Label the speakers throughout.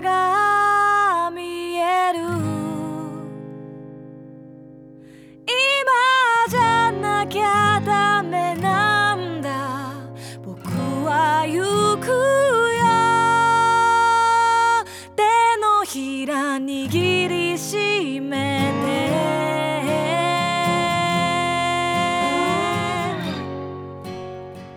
Speaker 1: が見える今じゃなきゃダメなんだ僕は行くよ手のひら握りしめて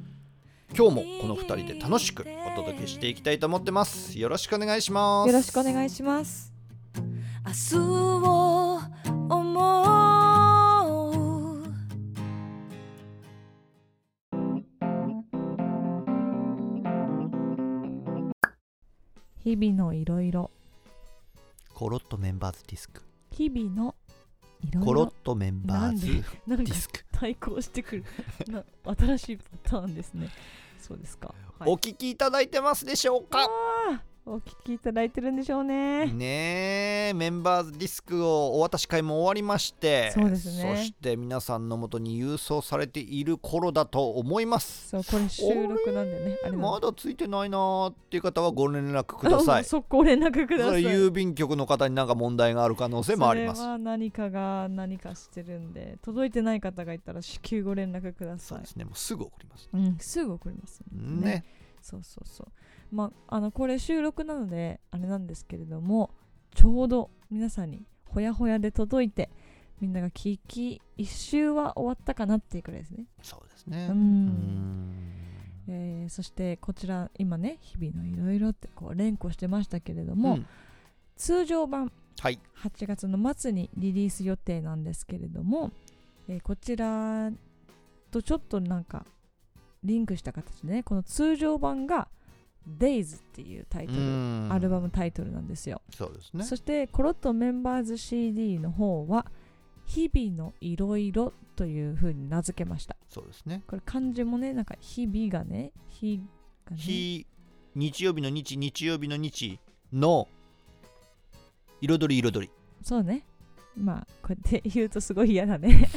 Speaker 2: 今日もこの2人で楽しくお届けしていきたいと思ってますよろしくお願いします
Speaker 3: よろしくお願いします。
Speaker 1: 明日を思う
Speaker 3: 日々のいろいろ、
Speaker 2: コロッとメンバーズディスク
Speaker 3: 日々のいろい
Speaker 2: コロッ
Speaker 3: ろ。
Speaker 2: とメンバーズデ
Speaker 3: なん
Speaker 2: ィ
Speaker 3: か
Speaker 2: スク
Speaker 3: 対抗してくるな新しいパターンですね。そうですか。はい
Speaker 2: お聞きいただいてますでしょうか
Speaker 3: あーお聞きいただいてるんでしょうね。
Speaker 2: ねえメンバーズディスクをお渡し会も終わりまして
Speaker 3: そうですね
Speaker 2: そして皆さんのもとに郵送されている頃だと思います
Speaker 3: そうこれ収録なんでね。あれ
Speaker 2: まだついてないなーっていう方はご連絡く
Speaker 3: く
Speaker 2: だ さいそ
Speaker 3: 速攻連絡く
Speaker 2: れ
Speaker 3: だ
Speaker 2: は
Speaker 3: さい。
Speaker 2: 郵便局の方に何か問題がある可能性もありま
Speaker 3: そ
Speaker 2: す
Speaker 3: れは何かが何かしてるんで届いてない方がいたら至急ご連絡くだ
Speaker 2: そ
Speaker 3: さ
Speaker 2: う
Speaker 3: い
Speaker 2: で。すねもうすぐ送ります
Speaker 3: うん、すぐ送ります。
Speaker 2: ね
Speaker 3: そうそうそう。まあ、あの、これ収録なので、あれなんですけれども、ちょうど皆さんにほやほやで届いて、みんなが聞き、一周は終わったかなっていうくらいですね。
Speaker 2: そうですね
Speaker 3: う。
Speaker 2: うんん
Speaker 3: えーそして、こちら、今ね、日々のいろいろってこう連呼してましたけれども、
Speaker 2: ん
Speaker 3: 通常版
Speaker 2: はい
Speaker 3: 8月の末にリリース予定なんですけれども、えーこちらとちょっとなんかリンクした形でねこの通常版が「Days」っていうタイトル、アルバムタイトルなんですよ、
Speaker 2: そうですね
Speaker 3: そしてコロッとメンバーズ CD の方は「日々のいろいろ」というふうに名付けました
Speaker 2: そうですね
Speaker 3: これ漢字もねなんか「日々」がね「日」がね
Speaker 2: 日日曜日の日日曜日の日の彩り彩り
Speaker 3: そうねまあこうやって言うとすごい嫌だね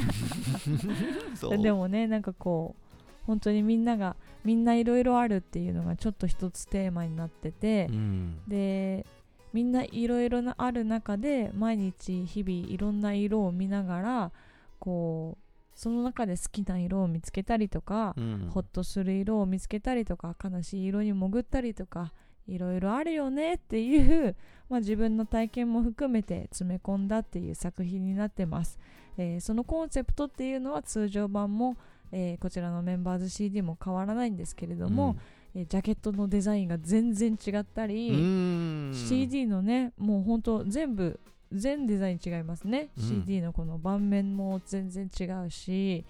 Speaker 2: そう
Speaker 3: でもねなんかこう本当にみんながみんないろいろあるっていうのがちょっと一つテーマになってて
Speaker 2: う、ん
Speaker 3: でみんないろいろなある中で毎日日々いろんな色を見ながらこうその中で好きな色を見つけたりとか
Speaker 2: う、ん
Speaker 3: ほっとする色を見つけたりとか悲しい色に潜ったりとかいろいろあるよねっていう、まあ、自分の体験も含めて詰め込んだっていう作品になってます、えーそのコンセプトっていうのは通常版も、えーこちらのメンバーズ CD も変わらないんですけれども、えージャケットのデザインが全然違った
Speaker 2: う
Speaker 3: り、
Speaker 2: ん、うん
Speaker 3: CD のねもうほんと全部全デザイン違いますね、
Speaker 2: うん
Speaker 3: CD のこの盤面も全然違うし、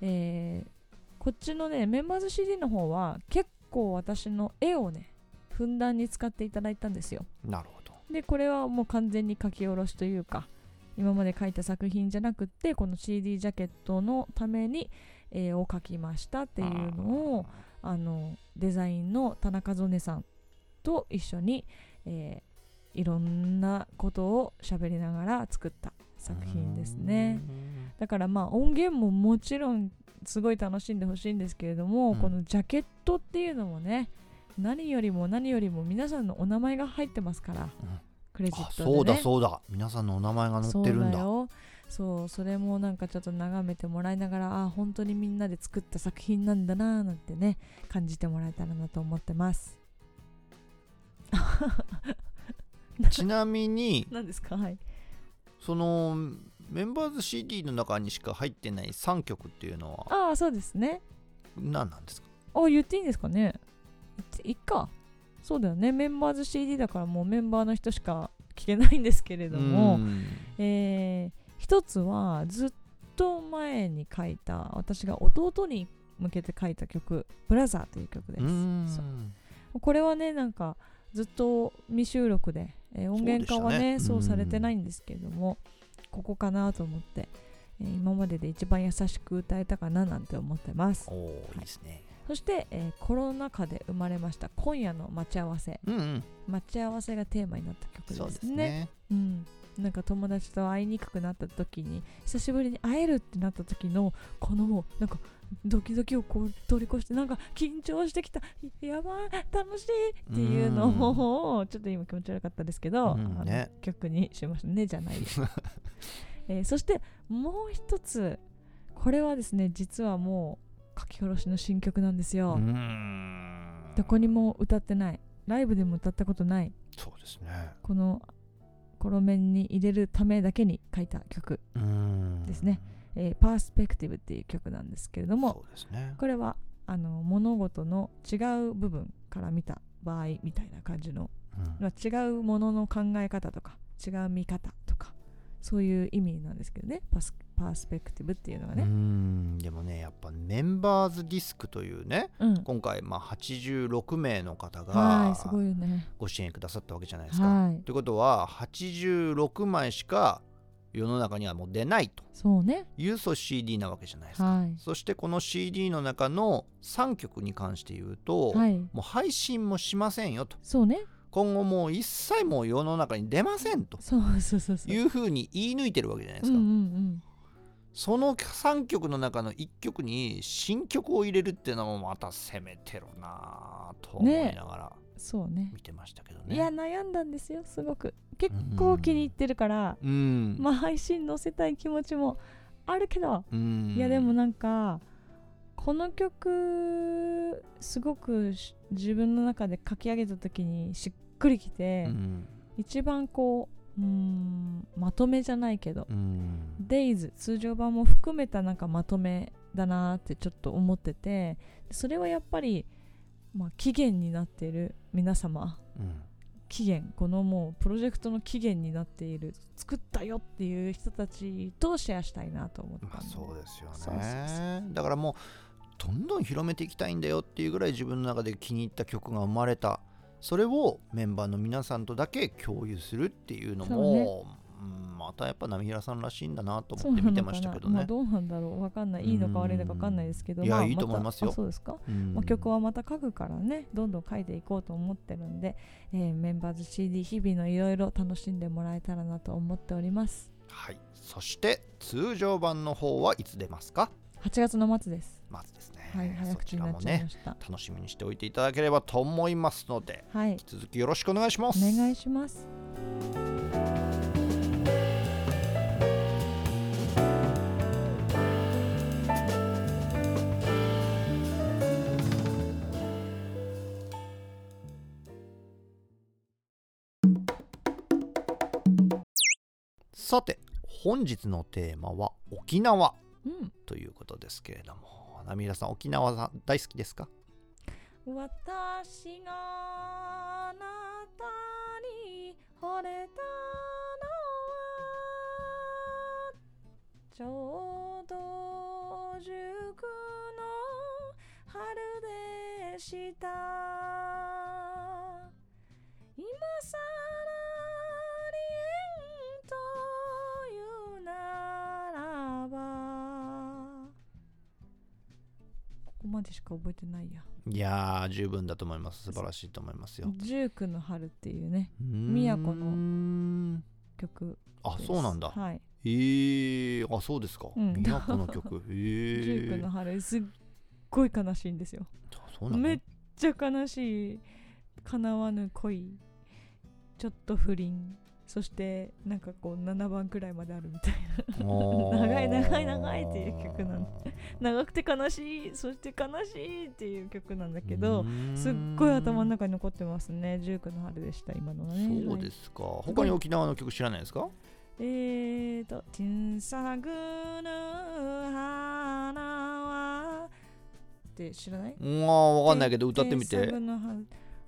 Speaker 3: えーこっちのねメンバーズ CD の方は結構私の絵をねふんだんに使っていただいたんですよ
Speaker 2: なるほど
Speaker 3: でこれはもう完全に書き下ろしというか今まで書いた作品じゃなくってこの CD ジャケットのために絵を描きましたっていうのをあのデザインの田中曽根さんと一緒に、えーいろんなことを喋りながら作った作品ですね。だからまあ音源ももちろんすごい楽しんでほしいんですけれども、
Speaker 2: うん
Speaker 3: このジャケットっていうのもね何よりも何よりも皆さんのお名前が入ってますから、
Speaker 2: うん
Speaker 3: クレジ
Speaker 2: あ
Speaker 3: ットで、ね、
Speaker 2: そうだそうだ皆さんのお名前が載ってるんだ
Speaker 3: そうだよそうそれもなんかちょっと眺めてもらいながらあー本当にみんなで作った作品なんだなーなんてね感じてもらえたらなと思ってます
Speaker 2: ちなみに
Speaker 3: 何ですかはい
Speaker 2: そのメンバーズ CD の中にしか入ってない3曲っていうのは
Speaker 3: ああそうですね
Speaker 2: 何なんですか
Speaker 3: あ言っていいんですかねいっいっかそうだよねメンバーズ CD だからもうメンバーの人しか聞けないんですけれど
Speaker 2: う
Speaker 3: も、
Speaker 2: ん
Speaker 3: えー一つはずっと前に書いた私が弟に向けて書いた曲「ブラザー」という曲で
Speaker 2: う
Speaker 3: す。
Speaker 2: ん
Speaker 3: そうこれはねなんかずっと未収録で、えー音源化はね
Speaker 2: そ
Speaker 3: そうう
Speaker 2: でしたね
Speaker 3: されてないんですけども、ここかなと思って、えー今までで一番優しく歌えたかななんて思ってます
Speaker 2: おおいいですね
Speaker 3: そして、えーコロナ禍で生まれました今夜の待ち合わせ
Speaker 2: うんうん
Speaker 3: 待ち合わせがテーマになった曲です
Speaker 2: そう
Speaker 3: ね
Speaker 2: ですね
Speaker 3: うん、なんか友達と会いにくくなった時に久しぶりに会えるってなった時のこのもうなんかドキドキをこう通り越してなんか緊張してきたやばい楽しいっていうのをちょっと今気持ち悪かったですけど、
Speaker 2: うん
Speaker 3: あの
Speaker 2: ね
Speaker 3: 曲にしましたねじゃ ないです、えーそしてもう一つこれはですね実はもう書き下ろしの新曲なんです
Speaker 2: う
Speaker 3: よ、
Speaker 2: ん
Speaker 3: どこにも歌ってないライブでも歌ったことない
Speaker 2: そうですね
Speaker 3: このコロメンに入れるためだけに書いた曲
Speaker 2: うん
Speaker 3: ですねえー、パースペクティブっていう曲なんですけれども
Speaker 2: そうですね
Speaker 3: これはあの物事の違う部分から見た場合みたいな感じの、
Speaker 2: うん
Speaker 3: まあ違うものの考え方とか違う見方とかそういう意味なんですけどねパスパースペクティブっていうのが
Speaker 2: う
Speaker 3: ね、
Speaker 2: んでもねやっぱメンバーズディスクというね
Speaker 3: うん
Speaker 2: 今回まあ86名の方
Speaker 3: は
Speaker 2: が
Speaker 3: いすごいよね
Speaker 2: ご支援くださったわけじゃないですか。
Speaker 3: はい
Speaker 2: ということは86枚しか世の中にはもう出ないと
Speaker 3: そうね
Speaker 2: いうそう CD なわけじゃないですか。
Speaker 3: はい
Speaker 2: そしてこの CD の中の3曲に関して言うと、
Speaker 3: はい
Speaker 2: もう配信もしませんよと
Speaker 3: そうね
Speaker 2: 今後もう一切もう世の中に出ませんと
Speaker 3: そう そうそうそう
Speaker 2: いううふうに言い抜いてるわけじゃないで
Speaker 3: ん
Speaker 2: す
Speaker 3: うん
Speaker 2: か、
Speaker 3: うん
Speaker 2: その3曲の中の1曲に新曲を入れるっていうのもまた攻めてるなぁと思いながら
Speaker 3: そうね
Speaker 2: 見てましたけどね
Speaker 3: いや悩んだんですよすごく結構気に入ってるから、
Speaker 2: うん、
Speaker 3: まあ配信載せたい気持ちもあるけど、
Speaker 2: うん
Speaker 3: いやでもなんかこの曲すごくし自分の中で書き上げた時にしっくりきて、
Speaker 2: うん
Speaker 3: 一番こううーんまとめじゃないけど
Speaker 2: うん
Speaker 3: 「Days」通常版も含めたなんかまとめだなーってちょっと思っててそれはやっぱり、まあ、期限になっている皆様
Speaker 2: うん
Speaker 3: 期限このもうプロジェクトの期限になっている作ったよっていう人たちとシェアしたいなと思ったんで、
Speaker 2: まあそうですよね
Speaker 3: そうそう
Speaker 2: だからもうどんどん広めていきたいんだよっていうぐらい自分の中で気に入った曲が生まれたそれをメンバーの皆さんとだけ共有するっていうの
Speaker 3: そう
Speaker 2: もうんまたやっぱ波平さんらしいんだなと思って見てましたけど
Speaker 3: そうなのかなまあ、
Speaker 2: ね。
Speaker 3: どうなんだろうわかんないいいのか悪いのかわかんないですけど
Speaker 2: うんいや
Speaker 3: あ
Speaker 2: いい
Speaker 3: た
Speaker 2: と思いますよ
Speaker 3: あそうですか、
Speaker 2: うん
Speaker 3: まあ、曲はまた書くからねどんどん書いていこうと思ってるんで、えーメンバーズ CD 日々のいろいろ楽しんでもらえたらなと思っております
Speaker 2: はい、そして通常版の方はいつ出ますか
Speaker 3: 8月の末です
Speaker 2: まずですね、
Speaker 3: はい早
Speaker 2: そち
Speaker 3: 口に
Speaker 2: ら
Speaker 3: なっ
Speaker 2: も
Speaker 3: ちゃい
Speaker 2: ね
Speaker 3: ました、
Speaker 2: 楽しみにしておいていただければと思いますので
Speaker 3: はい
Speaker 2: 引き続きよろしくお願いします。
Speaker 3: お願いします
Speaker 2: さて本日のテーマは沖縄
Speaker 3: うん
Speaker 2: ということですけれども波平さん沖縄さん大好きですか
Speaker 3: 私があなたに惚れたのはちょうど熟の春でした今さら離縁というならばここまでしか覚えてないや
Speaker 2: いやー十分だと思います素晴らしいと思いますよ
Speaker 3: 19の春っていうね
Speaker 2: 宮
Speaker 3: 古の
Speaker 2: の
Speaker 3: 曲
Speaker 2: あ
Speaker 3: です
Speaker 2: そうなんだ
Speaker 3: はい
Speaker 2: えー、あそうですか、
Speaker 3: うん
Speaker 2: 宮古の 曲え
Speaker 3: 19
Speaker 2: ー
Speaker 3: の、春すっごい悲しいんですよ
Speaker 2: そうなの
Speaker 3: めっちゃ悲しい叶わぬ恋ちょっと不倫そしてなんかこう7番くらいまであるみたい
Speaker 2: あー
Speaker 3: 長い長い長いっていう曲なんだな 長くて悲しいそして悲しいっていう曲なんだけど
Speaker 2: うーん
Speaker 3: すっごい頭の中に残ってますね19の春でした今のはね
Speaker 2: そう
Speaker 3: はい
Speaker 2: ですか他に沖縄の曲知らないですか
Speaker 3: えーと、小さぐる花はって知らないう
Speaker 2: わわかんないけど歌ってみ
Speaker 3: 小さ
Speaker 2: て
Speaker 3: ぐの花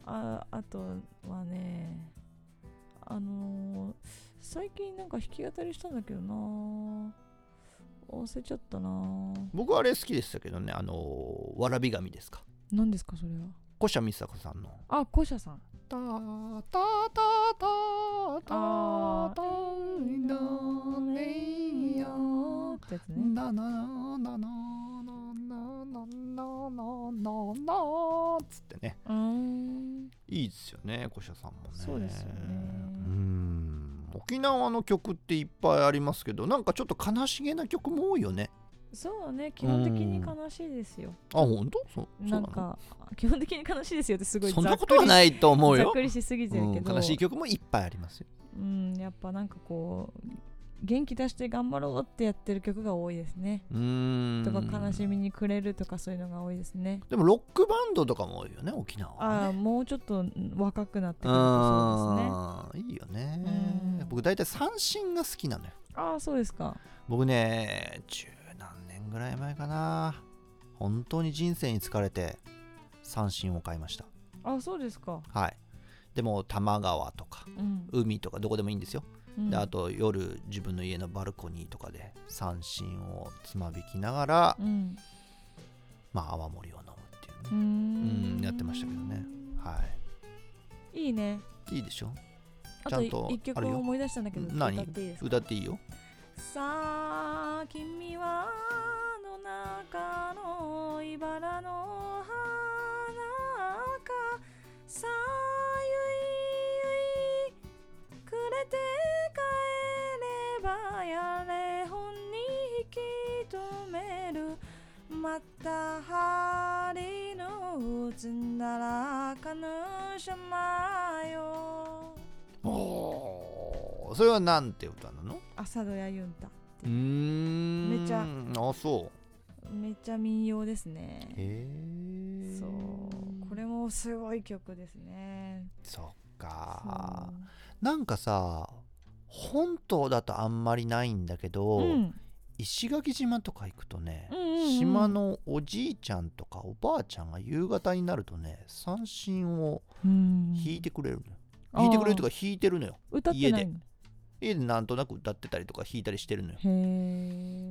Speaker 3: ああとはね、あのー最近なんか弾き語りしたんだけどな忘れちゃったな
Speaker 2: 僕はあれ好きでしたけどねあのーわらび紙ですか
Speaker 3: 何ですかそれは
Speaker 2: 古社美佐子さんの
Speaker 3: あコシャさん
Speaker 2: 「タタタタタタイナ
Speaker 3: あってやつね
Speaker 2: なななななななななななつってね
Speaker 3: うーん
Speaker 2: いいですよね古社さんもね
Speaker 3: そうですよね
Speaker 2: うん沖縄の曲っていっぱいありますけどなんかちょっと悲しげな曲も多いよね
Speaker 3: そうね基本的に悲しいですよ
Speaker 2: あ本当そそう
Speaker 3: なんか基本的に悲しいですよってすごい
Speaker 2: そんなことはないいと思う
Speaker 3: ざっ
Speaker 2: よ、
Speaker 3: くりしすぎて
Speaker 2: う
Speaker 3: る
Speaker 2: ん
Speaker 3: けど、
Speaker 2: 悲しい曲もいっぱいありますよ
Speaker 3: うんやっぱなんかこう元気出して頑張ろうってやってる曲が多いですね
Speaker 2: うーん
Speaker 3: とか悲しみにくれるとかそういうのが多いですね
Speaker 2: でもロックバンドとかも多いよね沖縄は
Speaker 3: ああ
Speaker 2: ね
Speaker 3: もうちょっと若くなってくるとそうですね
Speaker 2: あーいいよね
Speaker 3: うん
Speaker 2: 僕大体三振が好きなのよ
Speaker 3: ああそうですか
Speaker 2: 僕ね十何年ぐらい前かな本当に人生に疲れて三振を買いました
Speaker 3: ああそうですか
Speaker 2: はいでも多摩川とか
Speaker 3: うん、
Speaker 2: 海とかどこでもいいんですよ、
Speaker 3: うん
Speaker 2: であと夜自分の家のバルコニーとかで三振をつまびきながら、
Speaker 3: うん
Speaker 2: まあ泡盛を飲むっていうね
Speaker 3: う、ーん
Speaker 2: うんやってましたけどねはい
Speaker 3: いね
Speaker 2: いいでしょ
Speaker 3: あ
Speaker 2: ちゃ
Speaker 3: と
Speaker 2: んと
Speaker 3: 一
Speaker 2: あ
Speaker 3: 曲
Speaker 2: るよ
Speaker 3: 思い出したんだけど歌っ
Speaker 2: 何
Speaker 3: ていいですか
Speaker 2: 歌っていいよ
Speaker 3: さあ君はあの中の茨の花かさあゆいゆいくれて帰ればやれ本に引き止めるまた針の打つならかぬしゃまよ
Speaker 2: おーそれはなんて歌なの
Speaker 3: 朝戸やゆんた
Speaker 2: うーん
Speaker 3: めちゃ
Speaker 2: あそう
Speaker 3: めっちゃ民謡ですね
Speaker 2: へえ
Speaker 3: そうこれもすごい曲ですね。
Speaker 2: そっかなんかさ本島だとあんまりないんだけど、
Speaker 3: そううん
Speaker 2: 石垣島とか行くとね、
Speaker 3: うんうんうん
Speaker 2: 島のおじいちゃんとかおばあちゃんが夕方になるとね三振を
Speaker 3: うん
Speaker 2: 弾いてくれるのよ、
Speaker 3: あー
Speaker 2: 弾いてくれるとか弾いてるのよ
Speaker 3: 歌ってない
Speaker 2: 家
Speaker 3: の
Speaker 2: 家でなんとなく歌ってたりとか弾いたりしてるのよ
Speaker 3: へ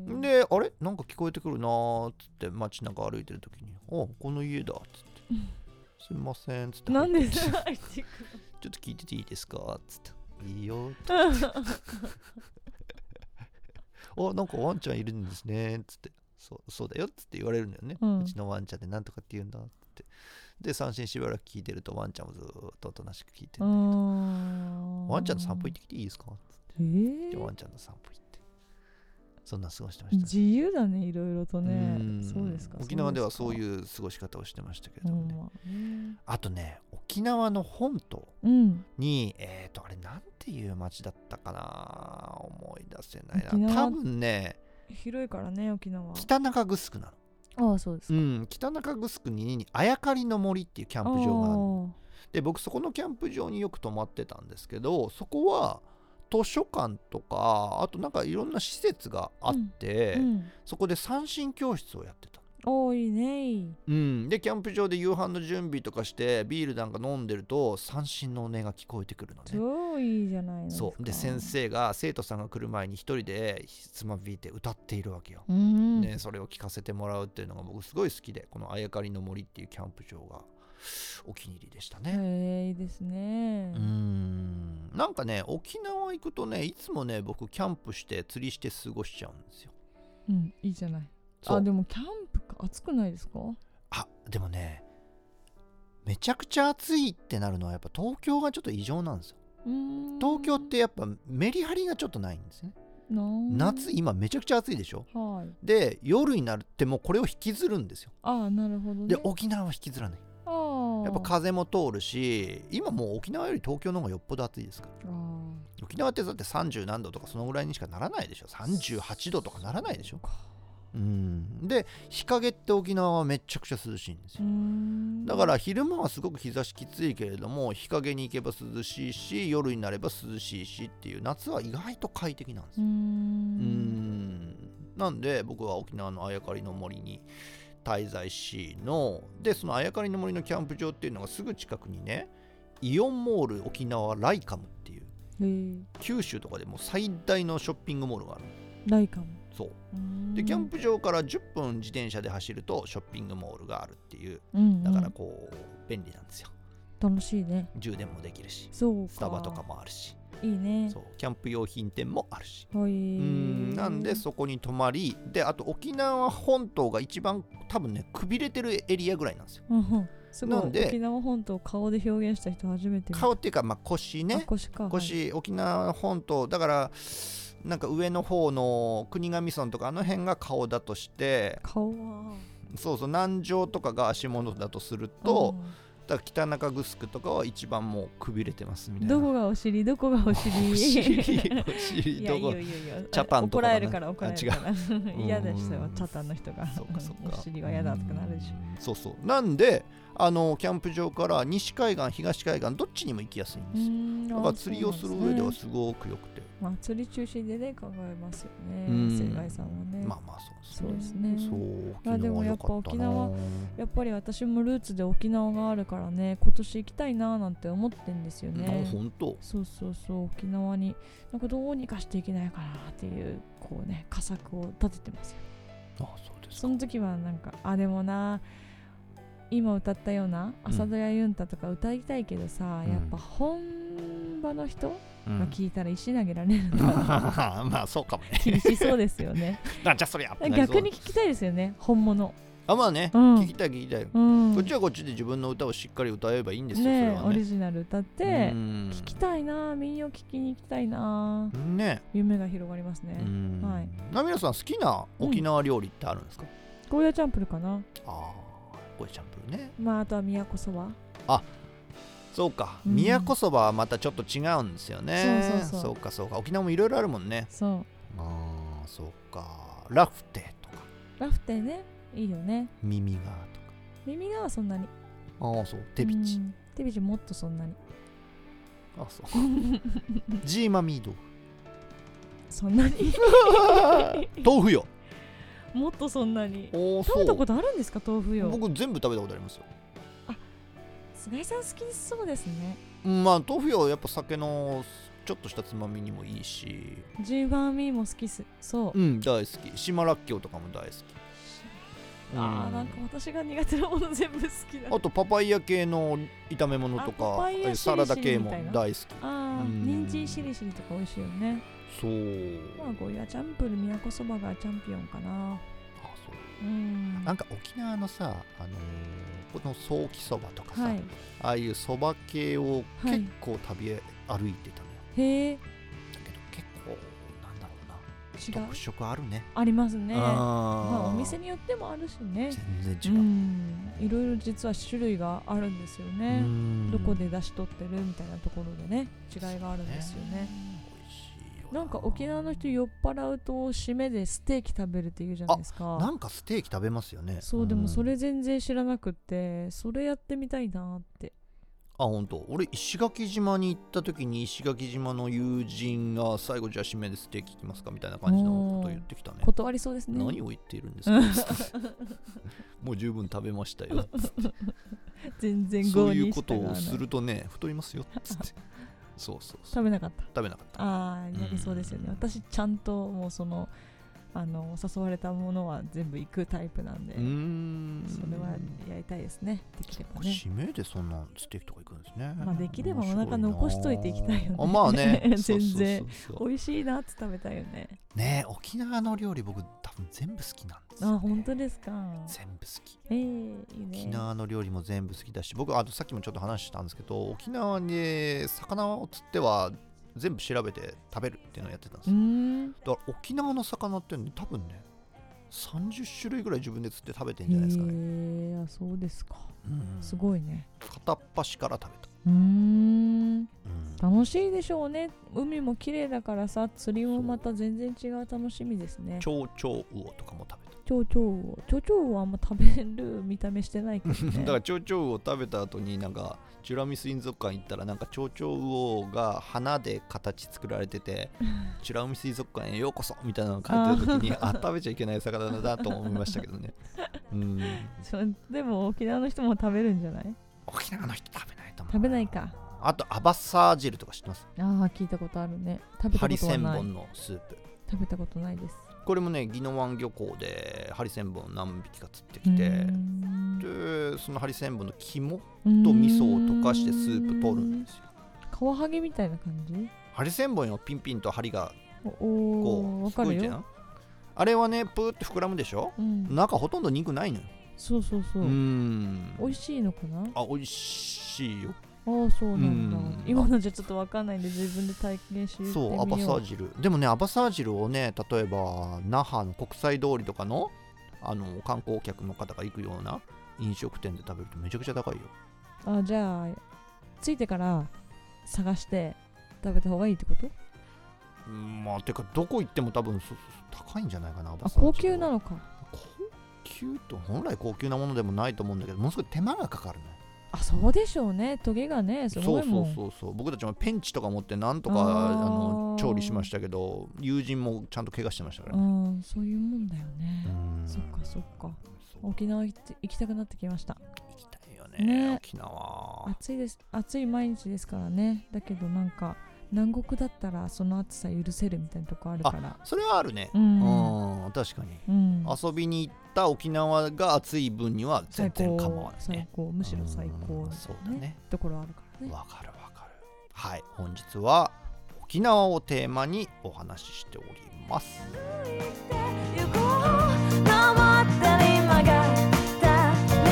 Speaker 3: え。
Speaker 2: であれなんか聞こえてくるなーっつって街中歩いてる時に「あこの家だ」っつって「すいません」っつって
Speaker 3: な んで
Speaker 2: ちょ
Speaker 3: さ入ってく
Speaker 2: っと聞いてていいですか?」っつって「いいよ」 あなんかワンちゃんいるんですね」っつって「そうそうだよ」っつって言われるんだよね、
Speaker 3: う
Speaker 2: うんちのワンちゃんってなんとかって言うんだ」っつってで三振しばらく聞いてるとワンちゃんもずーっとおとなしく聞いてる
Speaker 3: の？
Speaker 2: んだけど「
Speaker 3: ああ。
Speaker 2: ワンちゃんの散歩行
Speaker 3: っ
Speaker 2: ってきていいですか?」っつって
Speaker 3: て。へ
Speaker 2: で
Speaker 3: え
Speaker 2: ワ。ンちゃんの散歩行ってそんな過ごしてましたね
Speaker 3: 自由だねいろいろと
Speaker 2: うん
Speaker 3: ね。そうですか。
Speaker 2: 沖縄ではそう
Speaker 3: う
Speaker 2: いう過ごし方をしてましたけれ
Speaker 3: で
Speaker 2: ども
Speaker 3: すか。うん
Speaker 2: ね、
Speaker 3: まあね
Speaker 2: あとね沖縄の本島
Speaker 3: うん。
Speaker 2: にえっ、とあれなんていう町だったかな思い出せない
Speaker 3: 沖
Speaker 2: な
Speaker 3: 縄
Speaker 2: 多分ね
Speaker 3: 広いからね沖縄。
Speaker 2: 北中城なの、
Speaker 3: ああそうです
Speaker 2: う
Speaker 3: か。
Speaker 2: ん、北中城にあやかりの森っていうキャンプ場があるので僕そこのキャンプ場によく泊まってたんですけどそこは図書館とかあとなんかいろんな施設があって、
Speaker 3: あーうん。
Speaker 2: そこで三振教室をやってた
Speaker 3: おーいいねいい。
Speaker 2: うん、でキャンプ場で夕飯の準備とかしてビールなんか飲んでると三振の音が聞こえてくるのね。
Speaker 3: 超いいじゃないのですか。
Speaker 2: そうで先。生が生徒さんが来る前に一人でつまびいて歌っているわけよ。
Speaker 3: うん。
Speaker 2: ね、それを聞かせてもらうっていうのが僕すごい好きでこの「あやかりの森」っていうキャンプ場がお気に入りでしたね。
Speaker 3: へえいいですね
Speaker 2: う。んなんかね沖縄行くとねいつもね僕キャンプして釣りして過ごしちゃうんですよ。
Speaker 3: うん、いいじゃない。
Speaker 2: そう
Speaker 3: あ、でもキャンプか暑くないですか？
Speaker 2: あでもねめちゃくちゃ暑いってなるのはやっぱ東京がちょっと異常なんですよ。東
Speaker 3: 東
Speaker 2: 京ってやっぱメリハリがちょっとないんですね夏
Speaker 3: 夏。
Speaker 2: 今めちゃくちゃ暑いでしょ
Speaker 3: はい。
Speaker 2: で夜になるってもうこれを引きずるんですよ
Speaker 3: あ、なるほどね。
Speaker 2: で沖縄は引きずらない
Speaker 3: あー
Speaker 2: やっぱ風も通るし今もう沖縄より東京の方がよっぽど暑いですから
Speaker 3: あー
Speaker 2: 沖縄ってだって30何度とかそのぐらいにしかならないでしょ38度とかならないでしょうんで日陰って沖縄はめちゃくちゃ涼しいんです
Speaker 3: うー
Speaker 2: よ
Speaker 3: ん
Speaker 2: だから昼間はすごく日差しきついけれども日陰に行けば涼しいし夜になれば涼しいしっていう夏は意外と快適なんですよ
Speaker 3: うー
Speaker 2: うー
Speaker 3: ん。
Speaker 2: んなんで僕は沖縄のあやかりの森に滞在しのでそのあやかりの森のキャンプ場っていうのがすぐ近くにねイオンモール沖縄ライカムっていう
Speaker 3: へえ
Speaker 2: 九州とかでもう最大のショッピングモールがある
Speaker 3: ないかも
Speaker 2: そう
Speaker 3: うーん
Speaker 2: でキャンプ場から10分自転車で走るとショッピングモールがあるっていう
Speaker 3: うんうん
Speaker 2: だからこう便利なんですよ
Speaker 3: 楽しいね
Speaker 2: 充電もできるし
Speaker 3: そうか
Speaker 2: スタバとかもあるし
Speaker 3: いいね
Speaker 2: そうキャンプ用品店もあるし
Speaker 3: はいう
Speaker 2: ーんなんでそこに泊まりであと沖縄本島が一番多分ねくびれてるエリアぐらいなんですよ
Speaker 3: うんうんすごい
Speaker 2: なんで
Speaker 3: 沖縄本島を顔で表現した人初めて見た
Speaker 2: 顔っていうかまあ腰
Speaker 3: あ
Speaker 2: ね
Speaker 3: 腰かはい
Speaker 2: 腰沖縄本島だからなんか上の方の国頭村とかあの辺が顔だとして
Speaker 3: 顔は
Speaker 2: そうそう南城とかが足元だとすると、だから北中城とかは一番もうくびれてますみ
Speaker 3: う
Speaker 2: た
Speaker 3: ん
Speaker 2: い
Speaker 3: ど
Speaker 2: な。
Speaker 3: こがお尻どこがお 尻
Speaker 2: お尻お
Speaker 3: い
Speaker 2: 尻
Speaker 3: や
Speaker 2: ど
Speaker 3: いいよ
Speaker 2: こ
Speaker 3: いいよいいよ
Speaker 2: チャパンとか
Speaker 3: 怒
Speaker 2: な
Speaker 3: られるから怒られるから
Speaker 2: 違う
Speaker 3: 嫌でした
Speaker 2: う
Speaker 3: よ
Speaker 2: ん
Speaker 3: チャタンの人が
Speaker 2: そうかそうか
Speaker 3: お尻は嫌だとかなるでしょ
Speaker 2: うんそうそうなんであのキャンプ場から西海岸東海岸どっちにも行きやすいん
Speaker 3: う
Speaker 2: ですよ
Speaker 3: ん
Speaker 2: だから釣りをする上では
Speaker 3: そうなんすね
Speaker 2: すごく良くて、
Speaker 3: まあ釣り中心でね考えますよね
Speaker 2: うん
Speaker 3: 世界さんはね
Speaker 2: まあまあそうです
Speaker 3: そうですね
Speaker 2: そう
Speaker 3: いや
Speaker 2: 沖縄
Speaker 3: でも
Speaker 2: は
Speaker 3: や
Speaker 2: 良
Speaker 3: っぱ
Speaker 2: かったな
Speaker 3: 沖やっぱり私もルーツで沖縄があるからね今年行きたいなーなんて思ってんですよね
Speaker 2: あ本当
Speaker 3: そうそうそう沖縄になんかどうにかしていけないかなっていうこうね仮策を立ててますよ
Speaker 2: あそうです
Speaker 3: そ
Speaker 2: か
Speaker 3: の時はなんかあでもな今歌ったような
Speaker 2: うん
Speaker 3: 朝ドラユンタとか歌いたいけどさ、
Speaker 2: うん
Speaker 3: やっぱ本場の人
Speaker 2: うん
Speaker 3: が聞いたら石投げられるの は
Speaker 2: まあそうかもね
Speaker 3: 厳しそうです よね
Speaker 2: なんじゃそりゃってなりそう
Speaker 3: 逆に聞きたいですよね本物
Speaker 2: あまあね、
Speaker 3: うん
Speaker 2: 聞きたい聞きたい、
Speaker 3: うん
Speaker 2: こっちはこっちで自分の歌をしっかり歌えばいいんですよ、
Speaker 3: ねえ
Speaker 2: それ
Speaker 3: オ
Speaker 2: は
Speaker 3: リ
Speaker 2: ね
Speaker 3: ジナル歌って
Speaker 2: うん
Speaker 3: 聞きたいな民謡聞きに行きたいな
Speaker 2: ね
Speaker 3: 夢が広がります
Speaker 2: え
Speaker 3: ね、
Speaker 2: うん
Speaker 3: はい
Speaker 2: ナミラさん好きな沖縄料理ってあるんですか、
Speaker 3: ゴーヤチャンプルかな
Speaker 2: ああこれチャンプルーね
Speaker 3: まああとは宮古そば
Speaker 2: そうか、
Speaker 3: うん
Speaker 2: 宮古そばはまたちょっと違うんですよね
Speaker 3: そうそうそう
Speaker 2: かそうか沖縄もいろいろあるもんね
Speaker 3: そう
Speaker 2: ああそうかラフテとか
Speaker 3: ラフテーねいいよね
Speaker 2: 耳が
Speaker 3: 耳がそんなに
Speaker 2: とかああそう手びち
Speaker 3: うん手びちもっとそんなに
Speaker 2: あそう ジーマミー豆
Speaker 3: そんなに
Speaker 2: 腐豆腐よ
Speaker 3: もっとそんなに
Speaker 2: おお
Speaker 3: 食
Speaker 2: そ
Speaker 3: べたこ
Speaker 2: う
Speaker 3: とあるんですか豆腐よ
Speaker 2: 僕全部食べたことありますよ
Speaker 3: 菅井さん好きそうですね
Speaker 2: うんまあ豆腐よやっぱ酒のちょっとしたつまみにもいいし
Speaker 3: 十番ミーも好きっすそう、
Speaker 2: うん大好き島らっきょうとかも大好きう
Speaker 3: あー
Speaker 2: ん
Speaker 3: なんか私が苦手なもの全部好きだ
Speaker 2: あとパパイヤ系の炒め物と
Speaker 3: あパ
Speaker 2: か
Speaker 3: パイヤ
Speaker 2: えサラダ系
Speaker 3: シリシリ
Speaker 2: も
Speaker 3: みたいな
Speaker 2: 大好き
Speaker 3: ああ
Speaker 2: うん
Speaker 3: 人参しりしりとか美味しいよね
Speaker 2: そう
Speaker 3: まあゴーヤチャンプル宮古そばがチャンピオンかな
Speaker 2: あそう
Speaker 3: うん
Speaker 2: なんか沖縄のさ、あのーこのソーキそばとかさ、
Speaker 3: はい
Speaker 2: ああいうそば系を
Speaker 3: はい
Speaker 2: 結構旅へ歩いてたのよ、
Speaker 3: へえ違う
Speaker 2: だけど結構なんだろうな特色あるね
Speaker 3: ありますねまあ
Speaker 2: あー
Speaker 3: お店によってもあるしね
Speaker 2: 全
Speaker 3: う
Speaker 2: 然違う,、
Speaker 3: んいろいろ実は種類があるんですよ
Speaker 2: う
Speaker 3: ね、
Speaker 2: ん
Speaker 3: どこで出し取ってるみたいなところでね違いがあるんですよね
Speaker 2: 美味しいよ
Speaker 3: なんか沖縄の人酔っ払うと締めでステーキ食べるって言うじゃないです
Speaker 2: な
Speaker 3: か
Speaker 2: んかステーキ食べますよね
Speaker 3: そうでもそ、
Speaker 2: ん
Speaker 3: れ全然知らなくってそれやってみたいなって
Speaker 2: あ本当俺石垣島に行った時に石垣島の友人が最後じゃあ締めでステーキ行きますかみたいな感じのことを言ってきたね
Speaker 3: 断りそうですね
Speaker 2: 何を言っているんですかもう十分食べました よ
Speaker 3: 全然
Speaker 2: そ
Speaker 3: 合
Speaker 2: うい
Speaker 3: に
Speaker 2: う
Speaker 3: し
Speaker 2: こ
Speaker 3: た
Speaker 2: と
Speaker 3: がら
Speaker 2: を
Speaker 3: ない
Speaker 2: するとね太りますよつってそうそうそう
Speaker 3: 食べなかった
Speaker 2: 食べなかった
Speaker 3: ああやりそうですよね
Speaker 2: うん
Speaker 3: 私ちゃんともうそのあの誘われたものは全部行くタイプなんで
Speaker 2: うーん
Speaker 3: それはやりたいですねできればね
Speaker 2: 締めでそんなステーキとか行くんですね
Speaker 3: まあできればお
Speaker 2: 面白
Speaker 3: 腹
Speaker 2: な
Speaker 3: 残しといていきたいよね
Speaker 2: あまあね
Speaker 3: 全然
Speaker 2: そうそうそうそう
Speaker 3: 美味しいなって食べたいよね
Speaker 2: ねえ沖縄の料理僕多分全部好きなんですよ、ね、
Speaker 3: あ本当ですか
Speaker 2: 全部好き
Speaker 3: ええいいね
Speaker 2: 沖縄の料理も全部好きだし僕あとさっきもちょっと話したんですけど沖縄に魚を釣っては全部調べて食べるっていうのをやってたんです
Speaker 3: うー
Speaker 2: よ
Speaker 3: ん
Speaker 2: だから沖縄の魚ってね多分ね30種類ぐらい自分で釣って食べてんじゃないですかね、
Speaker 3: へえあそうですか
Speaker 2: うん
Speaker 3: すごいね
Speaker 2: 片っ端から食べた、
Speaker 3: うーん
Speaker 2: うん
Speaker 3: 楽しいでしょうね海も綺麗だからさ釣りもまた全然違う楽しみですね
Speaker 2: 蝶々魚とかも食べた
Speaker 3: 蝶々を蝶々はあんま食べる見た目してないけど
Speaker 2: だから
Speaker 3: ね
Speaker 2: 蝶々魚を食べた後になんかチュラミス水族館行ったらなんか蝶々魚が花で形作られててチュラミス水族館へようこそみたいなの書いてた 時にあ食べちゃいけない魚だなと思いましたけどねうん
Speaker 3: そうでも沖縄の人も食べるんじゃない
Speaker 2: 沖縄の人食べないと思う
Speaker 3: 食べないか
Speaker 2: あとアバサー汁とか知ってます
Speaker 3: ああ聞いたことあるね食べ
Speaker 2: ハ
Speaker 3: たこ
Speaker 2: リ
Speaker 3: と
Speaker 2: セ
Speaker 3: は
Speaker 2: ン
Speaker 3: な
Speaker 2: ボ
Speaker 3: い
Speaker 2: ンのスープ
Speaker 3: 食べたことないです
Speaker 2: これもね宜野湾漁港でハリセンボン何匹か釣ってきて
Speaker 3: うーん
Speaker 2: でそのハリセンボンの肝
Speaker 3: うーん
Speaker 2: と味噌を溶かしてスープ取るんですよ
Speaker 3: カワハギみたいな感じ
Speaker 2: ハリセンボンよピンピンと針が
Speaker 3: おおー
Speaker 2: こう
Speaker 3: わ
Speaker 2: す
Speaker 3: か
Speaker 2: ご
Speaker 3: る
Speaker 2: いじゃ
Speaker 3: よ、
Speaker 2: んあれはねプーって膨らむでしょ
Speaker 3: うん、
Speaker 2: 中ほとんど肉ないのよ
Speaker 3: そうそうそうう、
Speaker 2: ーん
Speaker 3: 美味しいのかなあ
Speaker 2: あ美味しいよ
Speaker 3: あーそうなんだ
Speaker 2: うん
Speaker 3: 今のじゃちょっとわかんないんで自分で体験してみよう
Speaker 2: そうアバサー汁でもねアバサー汁をね例えば那覇の国際通りとかのあの観光客の方が行くような飲食店で食べるとめちゃくちゃ高いよ
Speaker 3: あじゃあついてから探して食べた方がいいってこと
Speaker 2: うんまあてかどこ行っても多分そ高いんじゃないかなアバ
Speaker 3: あ
Speaker 2: サー汁は
Speaker 3: 高級なのか
Speaker 2: 高級と本来高級なものでもないと思うんだけどものすごい手間がかかるね
Speaker 3: あそうでしょうねトゲがねす
Speaker 2: そ
Speaker 3: ご
Speaker 2: う
Speaker 3: いも
Speaker 2: そうそ
Speaker 3: ん
Speaker 2: うそう僕たちもペンチとか持ってなんとか
Speaker 3: あ
Speaker 2: あ
Speaker 3: ー
Speaker 2: の調理しましたけど友人もちゃんと怪我してましたからね
Speaker 3: うんそういうもんだよ
Speaker 2: う
Speaker 3: ね、
Speaker 2: ん
Speaker 3: そっかそっか
Speaker 2: そう
Speaker 3: 沖縄行って行きたくなってきました
Speaker 2: 行きたいよね
Speaker 3: ね
Speaker 2: 沖縄
Speaker 3: 暑いです暑い毎日ですからねだけどなんか南国だったらその暑さ許せるみたいなとこあるから
Speaker 2: それはあるね
Speaker 3: う
Speaker 2: うんん確かに
Speaker 3: うん
Speaker 2: 遊びに行った沖縄が暑い分には全
Speaker 3: 最
Speaker 2: 然構
Speaker 3: 高
Speaker 2: わない
Speaker 3: 最
Speaker 2: ね
Speaker 3: 高むしろ最高
Speaker 2: うんそうだね
Speaker 3: ところあるからね
Speaker 2: わかるわかるはい本日は沖縄をテーマにお話ししております
Speaker 1: 行こう登ったり曲がったり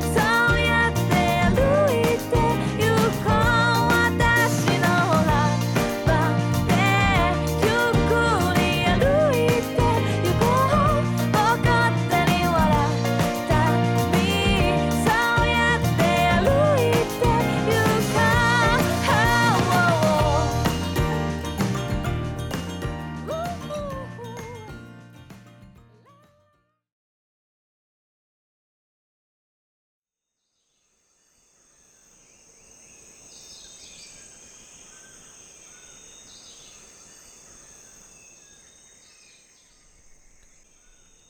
Speaker 1: そうやって歩いて行こう私のラバでゆっくり歩いて行こう怒ったり笑ったりそうやって歩いて行こう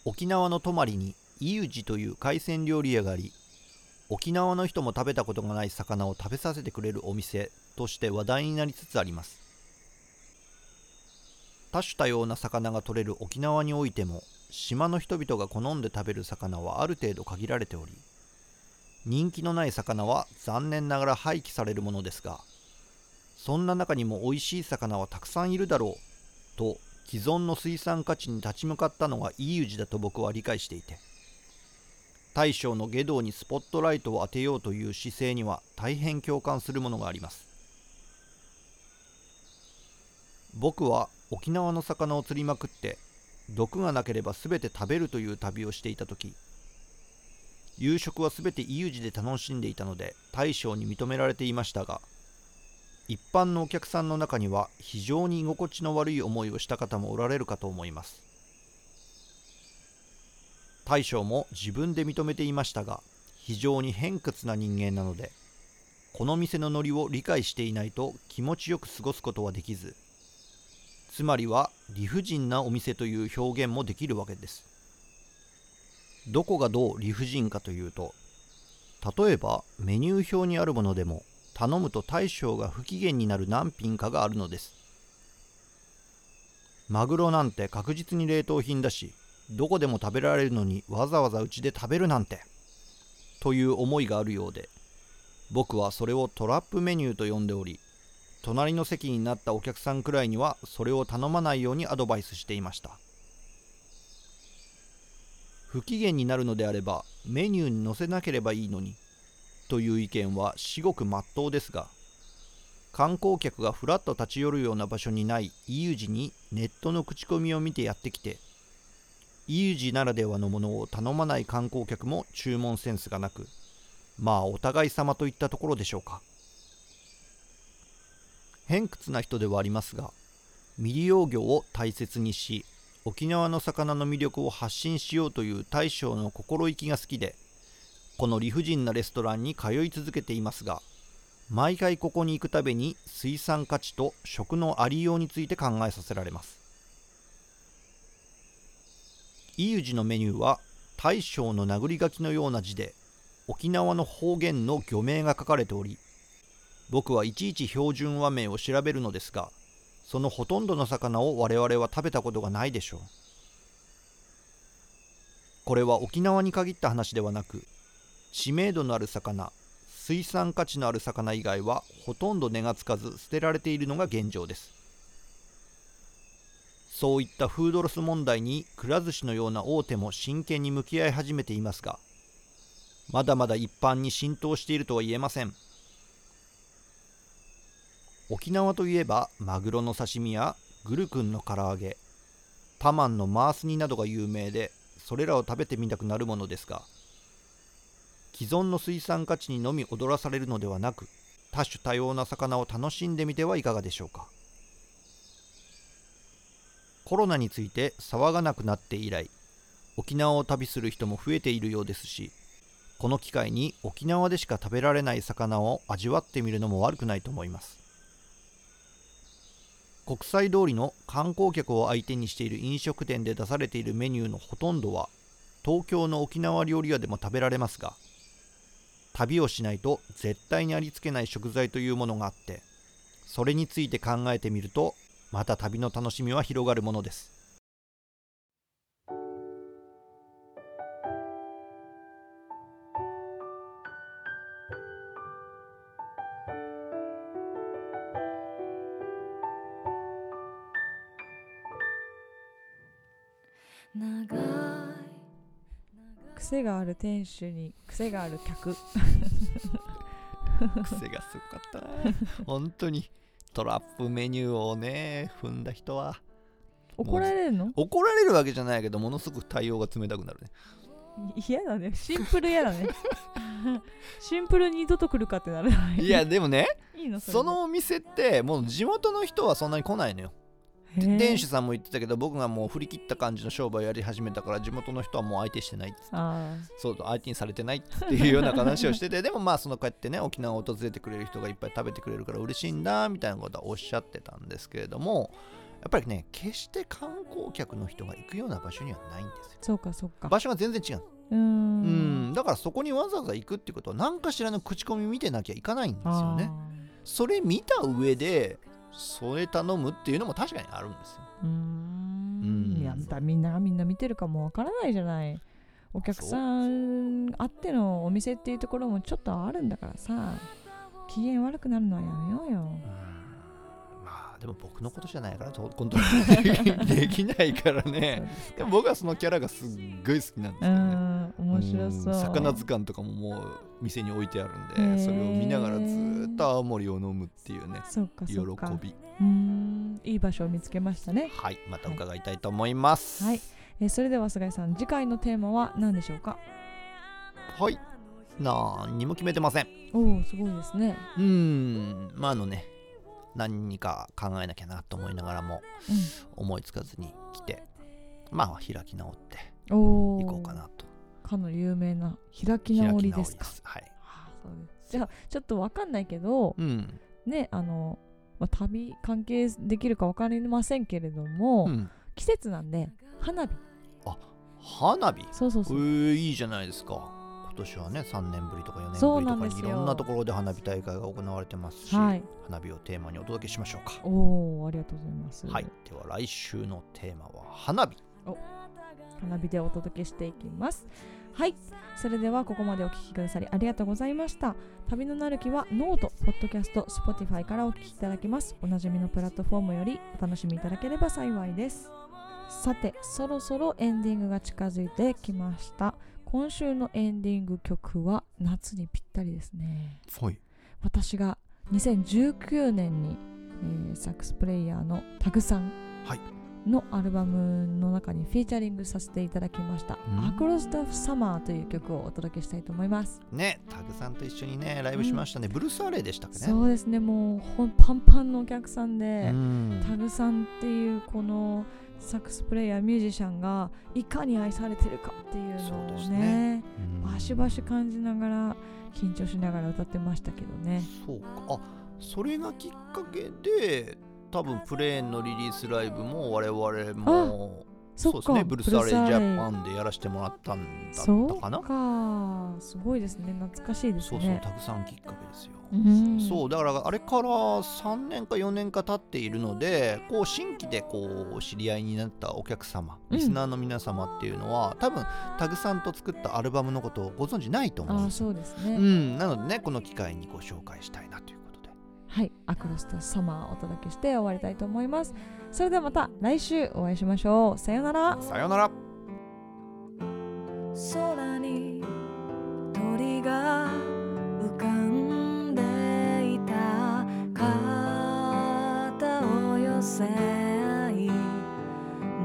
Speaker 2: 沖縄の泊まりにイウジという海鮮料理屋があり沖縄の人も食べたことがない魚を食べさせてくれるお店として話題になりつつあります多種多様な魚が取れる沖縄においても島の人々が好んで食べる魚はある程度限られており人気のない魚は残念ながら廃棄されるものですがそんな中にも美味しい魚はたくさんいるだろうと既存の水産価値に立ち向かったのがいい氏だと僕は理解していて大将の下道にスポットライトを当てようという姿勢には大変共感するものがあります僕は沖縄の魚を釣りまくって毒がなければ全て食べるという旅をしていた時夕食は全てイウジで楽しんでいたので大将に認められていましたが一般のお客さんの中には非常に居心地の悪い思いをした方もおられるかと思います大将も自分で認めていましたが非常に偏屈な人間なのでこの店のノリを理解していないと気持ちよく過ごすことはできずつまりは理不尽なお店という表現もできるわけですどこがどう理不尽かというと例えばメニュー表にあるものでも頼むと大将が不機嫌になる何品かがあるのですマグロなんて確実に冷凍品だしどこでも食べられるのにわざわざうちで食べるなんてという思いがあるようで僕はそれをトラップメニューと呼んでおり隣の席になったお客さんくらいにはそれを頼まないようにアドバイスしていました不機嫌になるのであればメニューに載せなければいいのにという意見は至極真っ当ですが観光客がふらっと立ち寄るような場所にないイウジにネットの口コミを見てやってきてイウジならではのものを頼まない観光客も注文センスがなくまあお互い様といったところでしょうか偏屈な人ではありますが未利用魚を大切にし沖縄の魚の魅力を発信しようという大将の心意気が好きでこの理不尽なレストランに通い続けていますが毎回ここに行くたびに水産価値と食のありようについて考えさせられますイウジのメニューは大将の殴り書きのような字で沖縄の方言の魚名が書かれており僕はいちいち標準和名を調べるのですがそのほとんどの魚を我々は食べたことがないでしょうこれは沖縄に限った話ではなく知名度のある魚水産価値のある魚以外はほとんど値がつかず捨てられているのが現状ですそういったフードロス問題にくら寿司のような大手も真剣に向き合い始めていますがまだまだ一般に浸透しているとは言えません沖縄といえばマグロの刺身やグルクンの唐揚げパマンのマース煮などが有名でそれらを食べてみたくなるものですが既存の水産価値にのみ踊らされるのではなく多種多様な魚を楽しんでみてはいかがでしょうかコロナについて騒がなくなって以来沖縄を旅する人も増えているようですしこの機会に沖縄でしか食べられない魚を味わってみるのも悪くないと思います国際通りの観光客を相手にしている飲食店で出されているメニューのほとんどは東京の沖縄料理屋でも食べられますが旅をしないと絶対にありつけない食材というものがあってそれについて考えてみるとまた旅の楽しみは広がるものです
Speaker 1: 長い
Speaker 3: 癖がある店主に癖がある客
Speaker 2: 癖がすごかったな 本当にトラップメニューをね踏んだ人は
Speaker 3: 怒られるの
Speaker 2: 怒られるわけじゃないけどものすごく対応が冷たくなるね
Speaker 3: 嫌だねシンプル嫌だね シンプルに二度と来るかってならない
Speaker 2: いやでもね
Speaker 3: いい の
Speaker 2: そ
Speaker 3: そ
Speaker 2: のお店ってもう地元の人はそんなに来ないのよ
Speaker 3: れでへー
Speaker 2: 店主さんも言ってたけど僕がもう振り切った感じの商売をやり始めたから地元の人はもう相手してないっつって
Speaker 3: あ
Speaker 2: そう相手にされてないっていうような話をしてて でもまあそのこうやってね沖縄を訪れてくれる人がいっぱい食べてくれるから嬉しいんだみたいなことはおっしゃってたんですけれどもやっぱりね決して観光客の人が行くような場所にはないんですよ
Speaker 3: ーそうかそうか
Speaker 2: 場所が全然違う
Speaker 3: うー
Speaker 2: うん
Speaker 3: ん
Speaker 2: だからそこにわざわざ行くってことは何かしらの口コミ見てなきゃいかないんですよね
Speaker 3: あ
Speaker 2: それ見た上でそれ頼むっていうのも確かにあるんですよ
Speaker 3: ーうー
Speaker 2: うん
Speaker 3: んいやだみんながみんな見てるかもわからないじゃないお客さんあってのお店っていうところもちょっとあるんだからさ機嫌悪くなるのはやめようよ
Speaker 2: まあでも僕のことじゃないからと コントロールできないから
Speaker 3: そう
Speaker 2: ね
Speaker 3: です
Speaker 2: で
Speaker 3: か
Speaker 2: も僕はそのキャラがすっごい好きなんです
Speaker 3: う
Speaker 2: けどね
Speaker 3: ん面白そう
Speaker 2: うん魚図鑑とかももう店に置いてあるんで、
Speaker 3: へー
Speaker 2: それを見ながらずーっと青森を飲むっていうね
Speaker 3: そうか
Speaker 2: 喜
Speaker 3: そうか
Speaker 2: び
Speaker 3: うーんいい場所を見つけましたね
Speaker 2: はいまた伺いたいと思います
Speaker 3: はい、えーそれでは菅井さん次回のテーマは何でしょうか
Speaker 2: はい何にも決めてません
Speaker 3: おおすごいですね、
Speaker 2: うーんまああのね何か考えなきゃなと思いながらも思いつかずに来てまあ開き直って
Speaker 3: うん、おお
Speaker 2: いこうかなと
Speaker 3: かの有名な開き
Speaker 2: 開
Speaker 3: 直
Speaker 2: き
Speaker 3: り
Speaker 2: 直
Speaker 3: ですか
Speaker 2: はい
Speaker 3: あーそうですじゃあちょっとわかんないけど
Speaker 2: うん、
Speaker 3: ねあの、まあ、旅関係できるかわかりませんけれども、
Speaker 2: うん、
Speaker 3: 季節なんで花火
Speaker 2: 花火
Speaker 3: そうそう
Speaker 2: え
Speaker 3: そう、
Speaker 2: ー、いいじゃないですか今年はね3年ぶりとか4
Speaker 3: そう
Speaker 2: 年
Speaker 3: な
Speaker 2: ぶ
Speaker 3: ん
Speaker 2: りと
Speaker 3: で
Speaker 2: かい
Speaker 3: すよ
Speaker 2: ろんなところで花火大会が行われてますし、
Speaker 3: はい
Speaker 2: 花火をテーマにお届けしましょうか、
Speaker 3: おおありがとうございます、
Speaker 2: はい、では来週のテーマは花火
Speaker 3: 花火でお届けしていきますはいそれではここまでお聞きくださりありがとうございました旅のなるきはノート、ポッドキャスト、Spotify からお聞きいただけますおなじみのプラットフォームよりお楽しみいただければ幸いですさてそろそろエンディングが近づいてきました今週のエンディング曲は夏にぴったりですね
Speaker 2: はい
Speaker 3: 私が2019年に、えーサックスプレイヤーのタグさん
Speaker 2: はい
Speaker 3: のアルバムの中にフィーチャリングさせていただきました「
Speaker 2: うん
Speaker 3: アクロス・ダフ・サマー」という曲をお届けしたいと思います、
Speaker 2: ねタグさんと一緒にねライブしましたね、ブルース・アレイでしたっけね
Speaker 3: そうですねもうほんパンパンのお客さん
Speaker 2: う
Speaker 3: で、タ
Speaker 2: ん
Speaker 3: グさんっていうこのサックスプレイヤーミュージシャンがいかに愛されてるかっていうのを
Speaker 2: そうで
Speaker 3: ね
Speaker 2: すね
Speaker 3: バシバシ感じながら緊張しながら歌ってましたけどね
Speaker 2: そうかあそれがきっかけで多分プレーンのリリースライブも我々も
Speaker 3: そっ
Speaker 2: うです
Speaker 3: か
Speaker 2: ねブルース・アレイジ
Speaker 3: ブルースアレイ
Speaker 2: ャパンでやらしてもらったんだ
Speaker 3: そ
Speaker 2: っ
Speaker 3: う
Speaker 2: たかな
Speaker 3: かすごいですね懐かしいです
Speaker 2: そうそう
Speaker 3: ね
Speaker 2: たくさんきっかけですよ、
Speaker 3: うん
Speaker 2: そうだからあれから3年か4年か経っているのでこう新規でこう知り合いになったお客様
Speaker 3: うん
Speaker 2: リスナーの皆様っていうのは、多分タグさんと作ったアルバムのことをご存知ないと思うん
Speaker 3: あ
Speaker 2: ですよ
Speaker 3: そうですね、
Speaker 2: うん、なのでねこの機会にご紹介したいなということで
Speaker 3: はいアクロスとサマーをお届けして終わりたいと思いますそれではまた来週お会いしましょうさようなら
Speaker 2: さようなら
Speaker 1: 空に鳥が浮かんでいた肩を寄せ合い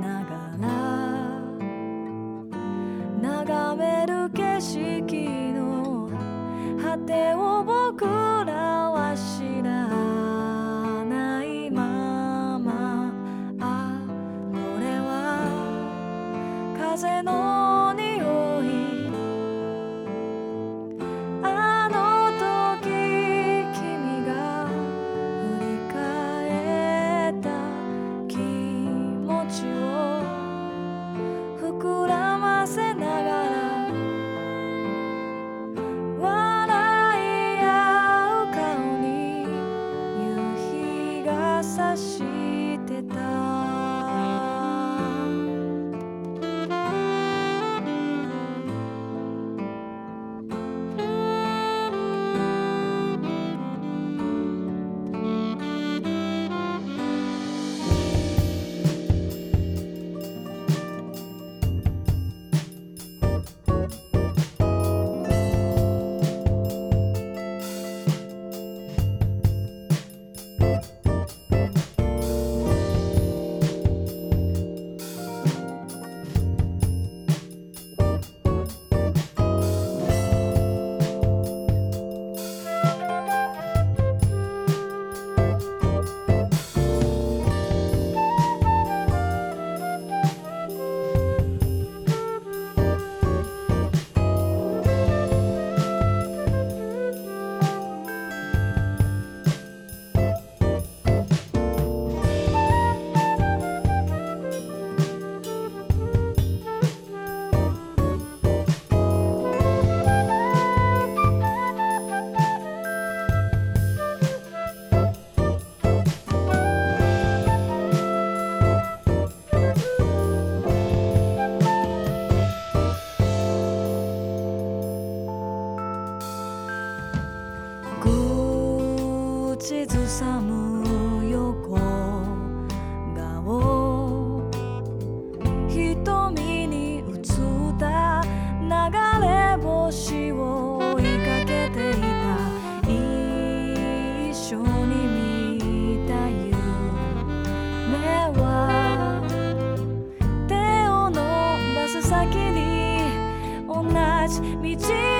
Speaker 1: ながら眺める景色の果てを僕らは知らないままあこれは風の匂いあの時君が振り返った気持ちを膨らませながら笑い合う顔に夕日が差してた口ずさむ横顔瞳に映った流れ星を追いかけていた一緒に見た夢は手を伸ばす先に同じ道